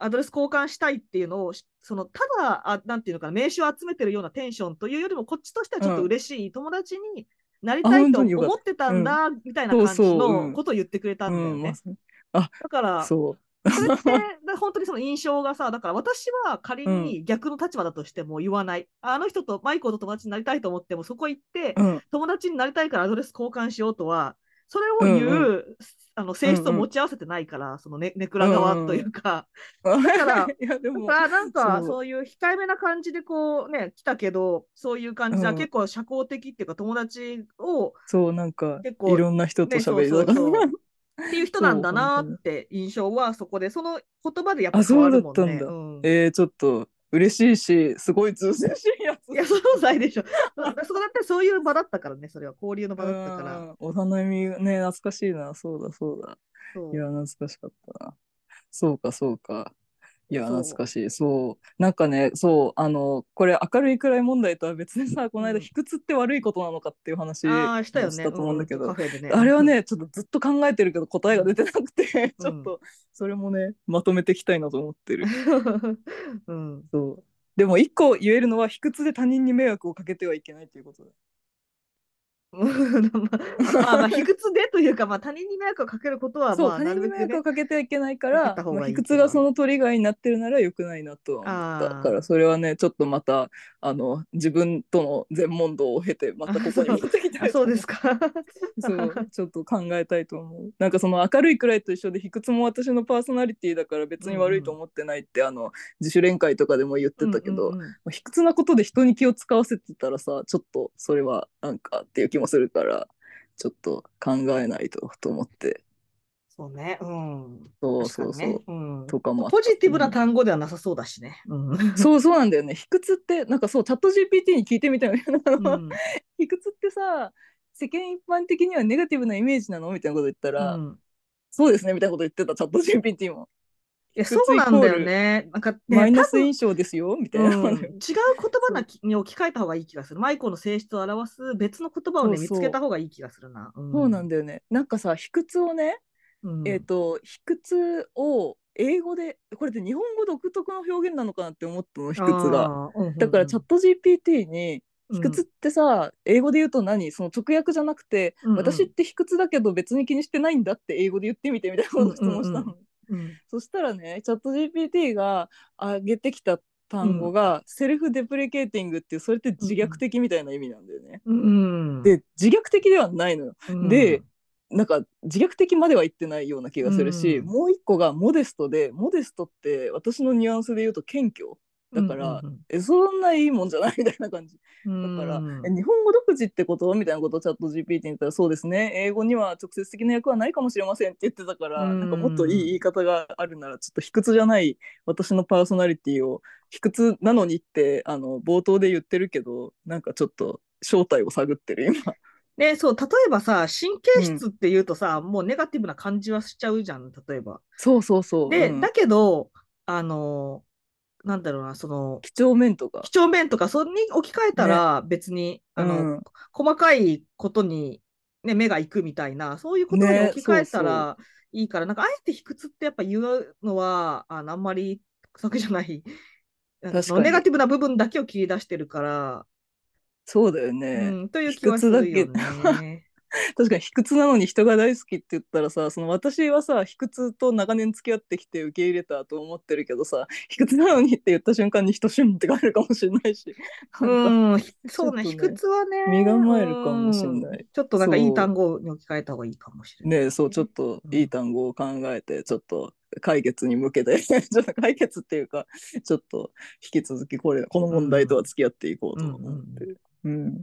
Speaker 2: アドレス交換したいっていうのを、しそのただあ、なんていうのかな、名刺を集めてるようなテンションというよりも、こっちとしてはちょっ
Speaker 1: う
Speaker 2: と
Speaker 1: ん
Speaker 2: 嬉しい友達になりたい
Speaker 1: 本
Speaker 2: と
Speaker 1: 当によかった
Speaker 2: 思ってたんだ、みたいな感じ
Speaker 1: そうそうう
Speaker 2: の
Speaker 1: ん
Speaker 2: ことを言ってくれたんだよ
Speaker 1: うんま
Speaker 2: ね
Speaker 1: あ。そ
Speaker 2: だから、そ
Speaker 1: そう。
Speaker 2: れって、だ本当にその印象がさ、だから私は仮に逆の立場だとしても言わない。あの人とマイコと友達になりたいと思っても、そこ行って、
Speaker 1: うん。
Speaker 2: 友達になりたいからアドレス交換しようとは、それを言う、
Speaker 1: うん
Speaker 2: あの性質を持ち合わせてないから、そのね、ネクラ側というか、
Speaker 1: だ
Speaker 2: から
Speaker 1: いや、でも
Speaker 2: だ、からなんか
Speaker 1: そう
Speaker 2: そういう控えめな感じでこうね、来たけど、そういう感じ
Speaker 1: う
Speaker 2: は
Speaker 1: ん
Speaker 2: 結構社交的っていうか、友達を、
Speaker 1: そう、なんか、
Speaker 2: 結構
Speaker 1: いろんな人と喋りなが
Speaker 2: ねそうそう
Speaker 1: ら。
Speaker 2: っていう人なんだなって印象はそこで、その言葉でやっぱ
Speaker 1: あ
Speaker 2: 変
Speaker 1: そ
Speaker 2: わ
Speaker 1: うだ
Speaker 2: るも
Speaker 1: っ
Speaker 2: ん
Speaker 1: たんだ
Speaker 2: ね。うん
Speaker 1: えー、ちょっと、嬉しいし、すごいずうずうしいやつ。
Speaker 2: いや、そうないでしょ。そこだってそういう場だったからね、それは交流の場だったか
Speaker 1: う
Speaker 2: ら。
Speaker 1: ん。お花見ね、懐かしいな。そうだ、そうだ。
Speaker 2: そう
Speaker 1: いや、懐かしかったな。そうか、そうか。いや、
Speaker 2: そう
Speaker 1: 懐かしい。そう。なんかね、そう、あの、これ、明るいくらい問題とは別にさ、この間、
Speaker 2: うん
Speaker 1: 卑屈って悪いことなのかっていう話
Speaker 2: ああ、したよね。
Speaker 1: したと思うんだけど、
Speaker 2: カフェでね。
Speaker 1: あれはね、ちょっとずっと考えてるけど、答えが出てなくて、
Speaker 2: う ん
Speaker 1: ちょっと、それもね、まとめていきたいなと思ってる。
Speaker 2: うん、
Speaker 1: そう。でも、一個言えるのは、卑屈で他人に迷惑をかけてはいけないっていうことだ。
Speaker 2: うんまあ、まあまあ、卑屈でというか、まあ、他人に迷惑をかけることは、
Speaker 1: そう、
Speaker 2: まあ、
Speaker 1: 他
Speaker 2: な
Speaker 1: 人
Speaker 2: る
Speaker 1: に迷
Speaker 2: べ
Speaker 1: 惑
Speaker 2: く、ね
Speaker 1: を、かけてはいけないか
Speaker 2: なからった方
Speaker 1: ま
Speaker 2: が
Speaker 1: あ
Speaker 2: いい
Speaker 1: 卑
Speaker 2: っていう
Speaker 1: 屈がそのトリガーになってるなら良くないなとは思った
Speaker 2: あー
Speaker 1: からそれはねちょっとまたあの自分との全問答を経てまたここに持ってきたい
Speaker 2: あ
Speaker 1: と
Speaker 2: そう
Speaker 1: 思
Speaker 2: ですか。
Speaker 1: そうちょっと考えたいと思うなんかその明るいくらいと一緒で卑屈も私のパーソナリティだから別に悪いと思ってないって、あの自主練会とかでも言ってたけど、
Speaker 2: うんうんうん
Speaker 1: まあ卑屈なことで人に気を使わせてたらさちょっとそれはなんかっていう気もするからちょっと考えないとと思って
Speaker 2: そうね、うん。
Speaker 1: そう
Speaker 2: 確か
Speaker 1: そう
Speaker 2: に
Speaker 1: そう、
Speaker 2: ねうん
Speaker 1: とかもあった
Speaker 2: ポジティブな単語ではなさそうだしね。うん。
Speaker 1: そうそうなんだよね卑屈ってなんかそうチャット GPT に聞いてみたいなあの、
Speaker 2: うん
Speaker 1: 卑屈ってさ世間一般的にはネガティブなイメージなのみたいなこと言ったら、
Speaker 2: うん
Speaker 1: そうですねみたいなこと言ってたチャット GPT も
Speaker 2: いや、
Speaker 1: 卑屈
Speaker 2: そうなんだ
Speaker 1: イコ
Speaker 2: よ
Speaker 1: ール
Speaker 2: ね。なんかね、
Speaker 1: マイナ
Speaker 2: 多
Speaker 1: ス
Speaker 2: 分
Speaker 1: 印象ですよみたいな、
Speaker 2: うん、違う言葉なきに置き換えた方がいい気がする。マイコの性質を表す別の言葉をね、
Speaker 1: そう
Speaker 2: 見
Speaker 1: そう
Speaker 2: つけた方がいい気がするな。うん、
Speaker 1: そうなん
Speaker 2: だ。
Speaker 1: だよねなんかさ卑屈をね、えっ、と卑屈を英語でこれって日本語独特の表現なのかなって思ったの卑屈が。
Speaker 2: あー。うんうんうん
Speaker 1: だからチャット GPT に「
Speaker 2: う
Speaker 1: 卑
Speaker 2: ん
Speaker 1: 屈ってさ、英語で言うと何その直訳じゃなくて、
Speaker 2: うんうん
Speaker 1: 私って卑屈だけど別に気にしてないんだ」って英語で言ってみてみたいなことを質問したの。
Speaker 2: うんうんうん
Speaker 1: そしたらねチャット GPT が上げてきた単語が、セルフデプリケーティングっていうそれって自虐的みたいな意味なんだよね。
Speaker 2: うん、
Speaker 1: で自虐的ではないのよ。
Speaker 2: うん
Speaker 1: で、なんか自虐的までは言ってないような気がするし、
Speaker 2: うん
Speaker 1: もう一個がモデストでモデストって私のニュアンスで言うと謙虚だから、
Speaker 2: うん
Speaker 1: えそんないいもんじゃないみたいな感じ
Speaker 2: うんう
Speaker 1: だ
Speaker 2: ん
Speaker 1: から、
Speaker 2: うん
Speaker 1: え日本語独自ってことみたいなことをチャット GPT に言ったらそうですね英語には直接的な役はないかもしれませんって言ってたから、
Speaker 2: うん
Speaker 1: なんかもっといい言い方があるならちょっと卑屈じゃない私のパーソナリティを卑屈なのにってあの冒頭で言ってるけどなんかちょっと正体を探ってる今。
Speaker 2: ね、そう、例えばさ、神経質って言うとさ、もうネガティブな感じはしちゃうじゃん、例えば。
Speaker 1: そうそうそう。
Speaker 2: で、
Speaker 1: うん
Speaker 2: だけど、あの、なんだろうな、その、
Speaker 1: 几帳面とか
Speaker 2: 几帳面とか、それに置き換えたら別に、あの、
Speaker 1: うん
Speaker 2: 細かいことに、ね、目が行くみたいな、そういうことに
Speaker 1: ね
Speaker 2: 置き換えたらいいから、なんか、あえて卑屈ってやっぱ言うのは、あのあんまり得策じゃない。なんかその
Speaker 1: 確かに
Speaker 2: ネガティブな部分だけを切り出してるから、
Speaker 1: そうだよ
Speaker 2: う
Speaker 1: ね、
Speaker 2: ん、という気はするよ
Speaker 1: 卑
Speaker 2: ね。
Speaker 1: 確かに卑屈なのに人が大好きって言ったらさその私はさ卑屈と長年付き合ってきて受け入れたと思ってるけどさ卑屈なのにって言った瞬間に人旬ってがあるかもしれない しなんか
Speaker 2: うん、ひそうね、
Speaker 1: ちょっ
Speaker 2: 卑
Speaker 1: とね
Speaker 2: 屈はね。
Speaker 1: 身構えるかもしれ
Speaker 2: うん
Speaker 1: ない。
Speaker 2: ちょっとなんかい
Speaker 1: そ
Speaker 2: いう単語に置き換えた方がいいかもしれない。
Speaker 1: ねえそうちょっといい単語を考えてちょっと解決に向けて ちょっと解決っていうかちょっと引き続きこれこの問題とは付き合っていこうと思ってる。うん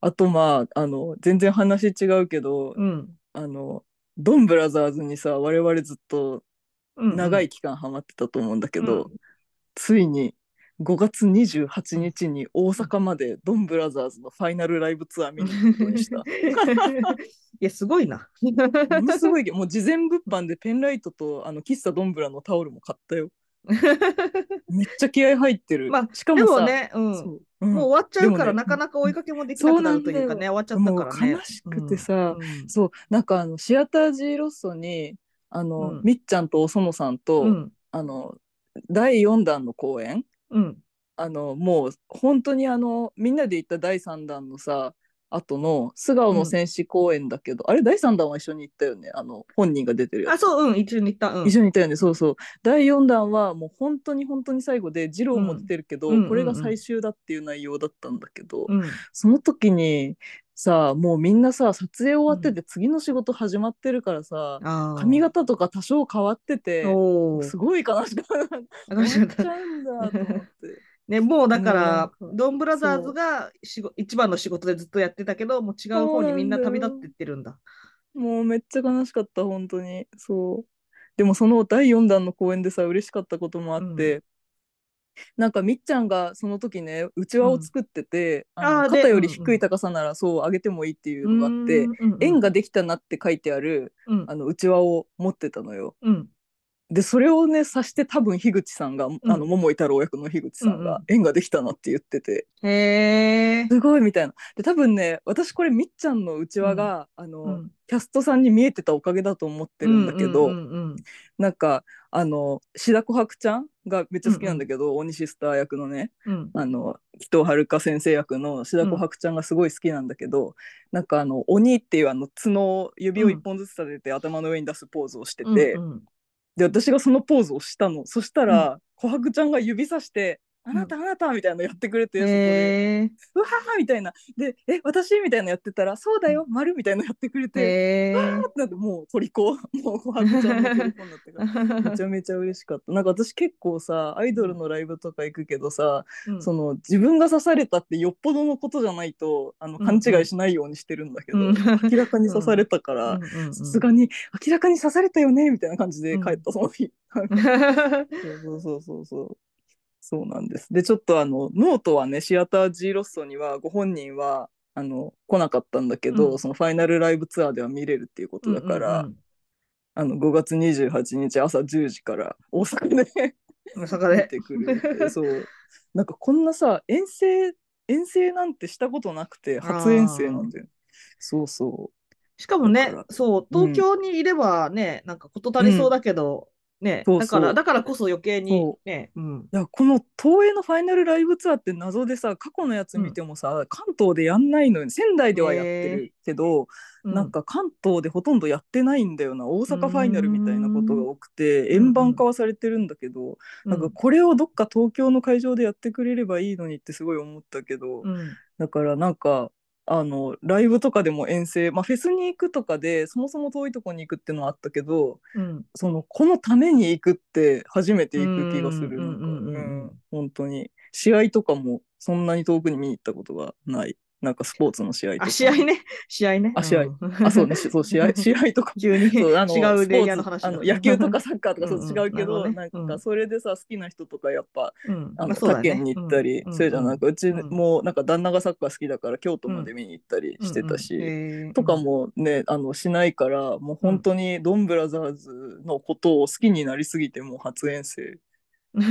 Speaker 1: あとまああの全然話違うけど、
Speaker 2: うん。
Speaker 1: あのドンブラザーズにさ我々ずっと
Speaker 2: うん
Speaker 1: 長い期間ハマってたと思うんだけど、
Speaker 2: う。
Speaker 1: ついに5月28日に大阪までドンブラザーズのファイナルライブツアー見に行くことにした
Speaker 2: いや、すごいな。
Speaker 1: ものすごいけどもう事前物販でペンライトとあの喫茶ドンブラのタオルも買ったよ。めっちゃ気合入ってる。
Speaker 2: まあ
Speaker 1: しか
Speaker 2: で
Speaker 1: もさ
Speaker 2: もね、うん。
Speaker 1: そ
Speaker 2: も
Speaker 1: ううん
Speaker 2: う終わっちゃうか
Speaker 1: で
Speaker 2: ら、
Speaker 1: もね
Speaker 2: なかなか追いかけもできなくなるというかね、終わっちゃったからね。
Speaker 1: もう悲しくてさ
Speaker 2: うんうん
Speaker 1: そうなんかあのシアタージーロッソにあの、
Speaker 2: うん
Speaker 1: みっちゃんとおそのさんと、
Speaker 2: うん。
Speaker 1: あの第4弾の公演
Speaker 2: うん。
Speaker 1: あのもう本当にあのみんなで行った第3弾のさ後の素顔の戦士公演だけど、あれ第3弾は一緒に行ったよねあの本人が出てるや
Speaker 2: あ、
Speaker 1: つ。
Speaker 2: そう、うん、一緒に行った。うん。
Speaker 1: 一緒に行ったよねそうそう第4弾はもう本当に本当に最後で二郎も出てるけど、
Speaker 2: うんうんうんうん
Speaker 1: これが最終だっていう内容だったんだけど、
Speaker 2: うん。
Speaker 1: その時にさもうみんなさ撮影終わってて次の仕事始まってるからさ、
Speaker 2: あー
Speaker 1: 髪型とか多少変わってて
Speaker 2: おー
Speaker 1: すごい悲しかった。
Speaker 2: 悲しかっ
Speaker 1: 終
Speaker 2: た
Speaker 1: わっちゃうんだと思って。
Speaker 2: ね、もうだか
Speaker 1: なん
Speaker 2: ら
Speaker 1: か、
Speaker 2: ドンブラザーズが仕事一番の仕事でずっとやってたけど、もう違う方にみんな旅立ってってるんだ。
Speaker 1: もうめっちゃ悲しかった、本当に。そう。でもその第4弾の公演でさ、嬉しかったこともあって、
Speaker 2: う
Speaker 1: なんかみっちゃんがその時ね、うちわを作ってて、
Speaker 2: ん
Speaker 1: あの
Speaker 2: あーで
Speaker 1: 肩より
Speaker 2: うんうん
Speaker 1: 低い高さならそう上げてもいいっていうのがあって、
Speaker 2: うーん、
Speaker 1: 円ができたなって書いてある
Speaker 2: うん、
Speaker 1: あのうちわを持ってたのよ。
Speaker 2: うん、
Speaker 1: でそれをね指して多分樋口さんが、あの桃井太郎役の樋口さん
Speaker 2: うん
Speaker 1: が縁ができたなって言ってて、
Speaker 2: へえ。
Speaker 1: すごいみたいなで多分ね私これみっちゃんのうちわが、あの
Speaker 2: うん
Speaker 1: キャストさんに見えてたおかげだと思ってるんだけど、
Speaker 2: うんうんうんうん
Speaker 1: なんかあの白子白ちゃんがめっちゃ好きなんだけど、鬼シスター役のね
Speaker 2: うん
Speaker 1: あの紀藤遥先生役の白子白ちゃんがすごい好きなんだけど、なんかあの鬼っていうあの角を指を一本ずつ立てて、頭の上に出すポーズをしてて、
Speaker 2: うんうん
Speaker 1: で私がそのポーズをしたのそしたら、琥珀ちゃんが指さして「
Speaker 2: ん
Speaker 1: あなたあなた」みたいなのやってくれて、そこで
Speaker 2: へえ。
Speaker 1: 「うわー」みたいな「でえ私?」みたいなのやってたら「そうだよ丸」みたいなのやってくれて、
Speaker 2: へえ。
Speaker 1: なんでもう虜もう 琥珀ちゃんの虜になってから めちゃめちゃ嬉しかったなんか私結構さアイドルのライブとか行くけどさ、
Speaker 2: うん
Speaker 1: その自分が刺されたってよっぽどのことじゃないとあの
Speaker 2: うん
Speaker 1: 勘違いしないようにしてるんだけど、
Speaker 2: うん
Speaker 1: 明らかに刺されたか
Speaker 2: う
Speaker 1: ら
Speaker 2: んうんうん
Speaker 1: さすがに明らかに刺されたよねみたいな感じで帰った、その日そうそうそうそうそうなんですでちょっとあのノートはねシアター G ロッソにはご本人はあの来なかったんだけど、
Speaker 2: うん
Speaker 1: そのファイナルライブツアーでは見れるっていうことだから、
Speaker 2: うん
Speaker 1: あの5月28日朝10時から大阪で
Speaker 2: うんうん大阪で
Speaker 1: 見。てくるってそうなんかこんなさ遠征遠征なんてしたことなくて初遠征なんだよねそうそ
Speaker 2: しかもね
Speaker 1: だから、
Speaker 2: そう、東京にいればね、なんか事足りそうだけど、ね、
Speaker 1: そう
Speaker 2: だ
Speaker 1: そう
Speaker 2: から、だからこそ余計に
Speaker 1: そ
Speaker 2: ね、うん。
Speaker 1: ういやこの東映のファイナルライブツアーって謎でさ過去のやつ見てもさ、関東でやんないのよ仙台ではやってるけど、なんか関東でほとんどやってないんだよな大阪ファイナルみたいなことが多くて
Speaker 2: うん
Speaker 1: 円盤化はされてるんだけど、
Speaker 2: うん、
Speaker 1: なんかこれをどっか東京の会場でやってくれればいいのにってすごい思ったけど、
Speaker 2: うん、うん
Speaker 1: だからなんかあのライブとかでも遠征、まあ、フェスに行くとかでそもそも遠いとこに行くっていうのはあったけど
Speaker 2: うん、
Speaker 1: そのこのために行くって初めて行く気がする
Speaker 2: う
Speaker 1: なんんかう
Speaker 2: う
Speaker 1: ん
Speaker 2: うんうんうん
Speaker 1: ん本当に試合とかもそんなに遠くに見に行ったことがないなんかスポーツの試合とか
Speaker 2: あ、試合ね、試合ね。
Speaker 1: あ試合
Speaker 2: うん
Speaker 1: あそうねしそう試合試合とか
Speaker 2: 急に
Speaker 1: そうあの
Speaker 2: 違うレイヤーの
Speaker 1: スポー
Speaker 2: 話
Speaker 1: ツ
Speaker 2: だ
Speaker 1: あの野球とかサッカーとかそう
Speaker 2: うんうん
Speaker 1: 違うけど、
Speaker 2: なるほど
Speaker 1: な
Speaker 2: ね
Speaker 1: んかそれでさ好きな人とかやっぱ
Speaker 2: うん
Speaker 1: あ
Speaker 2: ま
Speaker 1: の
Speaker 2: あそうだ
Speaker 1: 他
Speaker 2: ね
Speaker 1: 県に行ったり、
Speaker 2: うん
Speaker 1: それじゃなくうち
Speaker 2: うん
Speaker 1: もなんか旦那がサッカー好きだから京都まで見に行ったりしてたし、
Speaker 2: うんうんへー
Speaker 1: とかもねあのしないからもう本当にドンブラザーズのことを好きになりすぎてもう初遠征。
Speaker 2: うん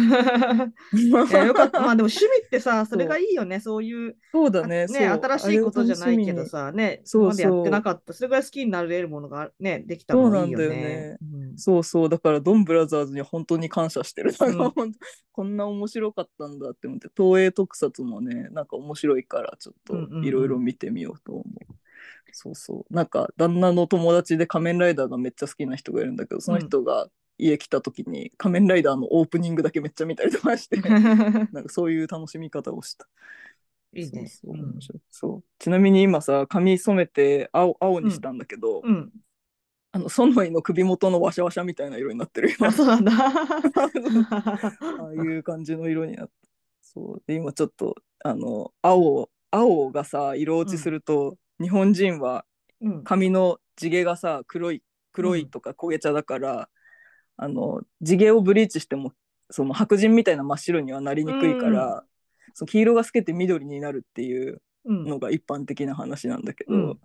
Speaker 2: いやよかったまあでも趣味ってさそれがいいよねそういう
Speaker 1: そうだねそう
Speaker 2: 新しいことじゃないけどさね
Speaker 1: そう
Speaker 2: 今までやってなかったそれぐらい好きになれるものがねできたのがいいよねうん
Speaker 1: そうそうだからドンブラザーズには本当に感謝してる、
Speaker 2: うん
Speaker 1: 本当こんな面白かったんだって思って東映特撮もねなんか面白いからちょっ
Speaker 2: うんうんう
Speaker 1: と
Speaker 2: ん
Speaker 1: いろいろ見てみようと思う,、そうそうなんか旦那の友達で仮面ライダーがめっちゃ好きな人がいるんだけどその人が家来た時に仮面ライダーのオープニングだけめっちゃ見たりとかしてなんかそういう楽しみ方をした
Speaker 2: いいね
Speaker 1: そうそう
Speaker 2: うん
Speaker 1: 面白いそうちなみに今さ髪染めて青青にしたんだけど、
Speaker 2: うん
Speaker 1: あのソノイの首元のワシャワシャみたいな色になってるよ
Speaker 2: あそ うなんだ
Speaker 1: ああいう感じの色になって。そうで今ちょっとあの青青がさ色落ちすると、日本人は
Speaker 2: うん
Speaker 1: 髪の地毛がさ黒い黒いとか焦げ茶だから、あの地毛をブリーチしてもその白人みたいな真っ白にはなりにくいから、その黄色が透けて緑になるっていう
Speaker 2: うん
Speaker 1: のが一般的な話なんだけど、
Speaker 2: うん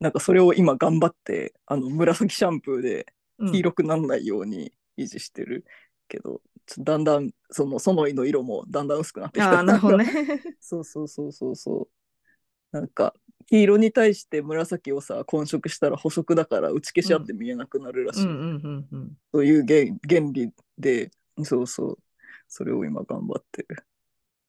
Speaker 1: なんかそれを今頑張ってあの紫シャンプーで
Speaker 2: うん
Speaker 1: 黄色くならないように維持してるけど、ちょっとだんだんそのソノイの色もだんだん薄くなってき
Speaker 2: あ
Speaker 1: た
Speaker 2: ーなるほどね
Speaker 1: そうそうそうそうそうなんか黄色に対して紫をさ混色したら補色だから打ち消し合って見えなくなるらし
Speaker 2: う
Speaker 1: い、
Speaker 2: んうんうんうん
Speaker 1: という原原理でそうそうそれを今頑張ってる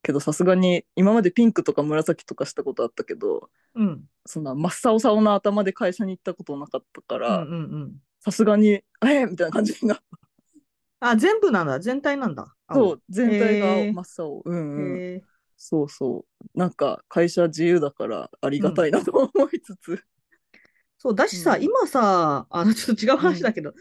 Speaker 1: けどさすがに今までピンクとか紫とかしたことあったけど
Speaker 2: うん
Speaker 1: そんな真っ青青な頭で会社に行ったことなかったか
Speaker 2: うんう
Speaker 1: ら
Speaker 2: んうん
Speaker 1: さすがに「えーみたいな感じになって
Speaker 2: あ全部なんだ全体なんだ青
Speaker 1: そう全体が
Speaker 2: へー
Speaker 1: 真っ青、うんうん、
Speaker 2: へー
Speaker 1: そうそうなんか会社自由だからありがたいなと思いつつ、
Speaker 2: そうだしさ、
Speaker 1: うん
Speaker 2: 今さ、あのちょっと違う話だけど、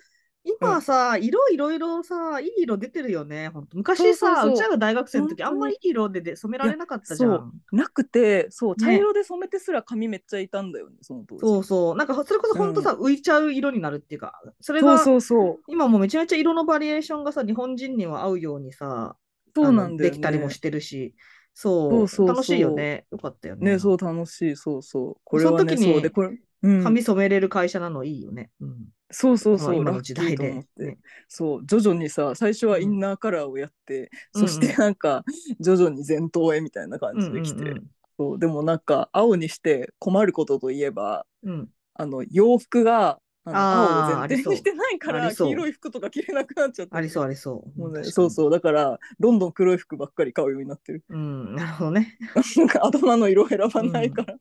Speaker 2: 今さ、色いろいろさ、いい色出てるよね、ほんと
Speaker 1: そう
Speaker 2: 昔さ、
Speaker 1: そうそう
Speaker 2: うちらが大学生の時、
Speaker 1: 本
Speaker 2: あ
Speaker 1: 当に
Speaker 2: んまりいい色でで染められなかったじゃ
Speaker 1: いや
Speaker 2: ん。
Speaker 1: なくてそう
Speaker 2: ね
Speaker 1: 茶色で染めてすら髪めっちゃ傷んだよねその当時
Speaker 2: そうそう、なんかそれこそほんとさ、浮いちゃう色になるっていうか、それ
Speaker 1: そう
Speaker 2: が
Speaker 1: そうそう
Speaker 2: 今もうめちゃめちゃ色のバリエーションがさ、日本人には合うようにさ、
Speaker 1: そう
Speaker 2: あ
Speaker 1: な
Speaker 2: の
Speaker 1: んだよね
Speaker 2: できたりもしてるし、そう、
Speaker 1: そうそうそう
Speaker 2: 楽しいよね、よかったよね。
Speaker 1: ねそう楽しいそうそうこれはね
Speaker 2: その時に
Speaker 1: そうでこれ、うん、
Speaker 2: 髪染めれる会社なのいいよね。うん
Speaker 1: そうそうそう、
Speaker 2: 今
Speaker 1: ラ
Speaker 2: の
Speaker 1: ッキ
Speaker 2: 時
Speaker 1: ー
Speaker 2: 代
Speaker 1: と思
Speaker 2: で
Speaker 1: っ。て。そう、徐々にさ、最初はインナーカラーをやって、そしてなんか、徐々に前頭へみたいな感じで来て、
Speaker 2: うんうん
Speaker 1: そうでもなんか、青にして困ることといえば、
Speaker 2: うんうん
Speaker 1: あの、洋服が、あの
Speaker 2: あー
Speaker 1: 青を前提にしてないか
Speaker 2: あ
Speaker 1: ら、
Speaker 2: りそう
Speaker 1: 黄色い服とか着れなくなっちゃった。
Speaker 2: ありそうありそう。
Speaker 1: もうね
Speaker 2: 確かに
Speaker 1: そうそう、だから、どんどん黒い服ばっかり買うようになってる。
Speaker 2: うん、なるほどね。
Speaker 1: なんか頭の色選ばないから。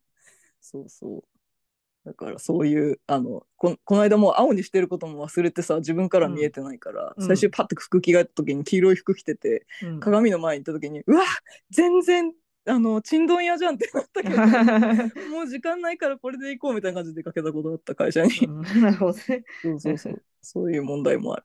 Speaker 1: そうそう。だからそういう、あの、ここの間もう青にしてることも忘れてさ、自分から見えてないから、
Speaker 2: うん
Speaker 1: 最終パッて服着替えた時に黄色い服着てて、
Speaker 2: うん
Speaker 1: 鏡の前に行った時に、うわ全然、あの、ちんどん屋じゃんってなったけ ど、もう時間ないからこれで行こうみたいな感じで出かけたことあった会社に。
Speaker 2: うんなるほどね。
Speaker 1: そうそうそう。 そういう問題もある。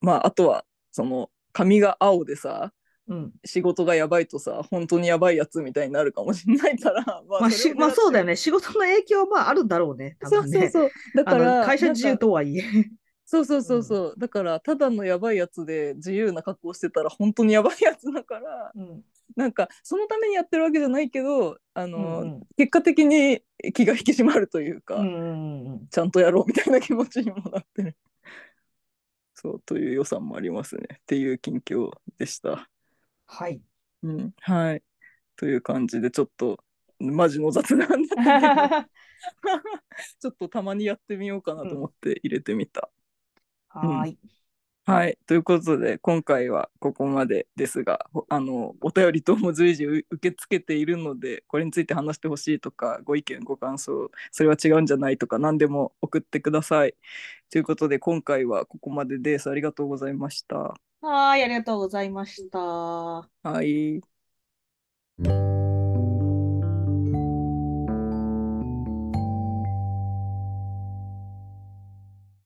Speaker 1: まあ、あとは、その、髪が青でさ、
Speaker 2: うん。
Speaker 1: 仕事がやばいとさ本当にやばいやつみたいになるかもしれないから ま
Speaker 2: ま
Speaker 1: それ
Speaker 2: あ、し
Speaker 1: を
Speaker 2: まあ、そうだよ
Speaker 1: ね
Speaker 2: ね。仕事の影響はまああるんだろうね。多
Speaker 1: そう
Speaker 2: 分
Speaker 1: そう
Speaker 2: ね。
Speaker 1: そうだか
Speaker 2: あ
Speaker 1: ら
Speaker 2: の会社自
Speaker 1: な
Speaker 2: 由
Speaker 1: んか
Speaker 2: とはいえ。
Speaker 1: そうそうそうそう、だからただのやばいやつで自由な格好してたら本当にやばいやつだから
Speaker 2: うん
Speaker 1: なんかそのためにやってるわけじゃないけどあ
Speaker 2: う
Speaker 1: の、
Speaker 2: ん
Speaker 1: 結果的に気が引き締まるというか、
Speaker 2: うんうんうん
Speaker 1: ちゃんとやろうみたいな気持ちにもなってるそうという予算もありますねっていう近況でした。
Speaker 2: はい。
Speaker 1: うん、はい。という感じで、ちょっと、マジの雑談だったけど
Speaker 2: は
Speaker 1: ちょっとたまにやってみようかなと思って入れてみた。
Speaker 2: ーい。
Speaker 1: はい。ということで、今回はここまでですが、ほあの、お便りとも随時う受け付けているので、これについて話してほしいとか、ご意見、ご感想、それは違うんじゃないとか、何でも送ってください。ということで、今回はここまでです。ありがとうございました。
Speaker 2: はーい、ありがとうございました。
Speaker 1: はい。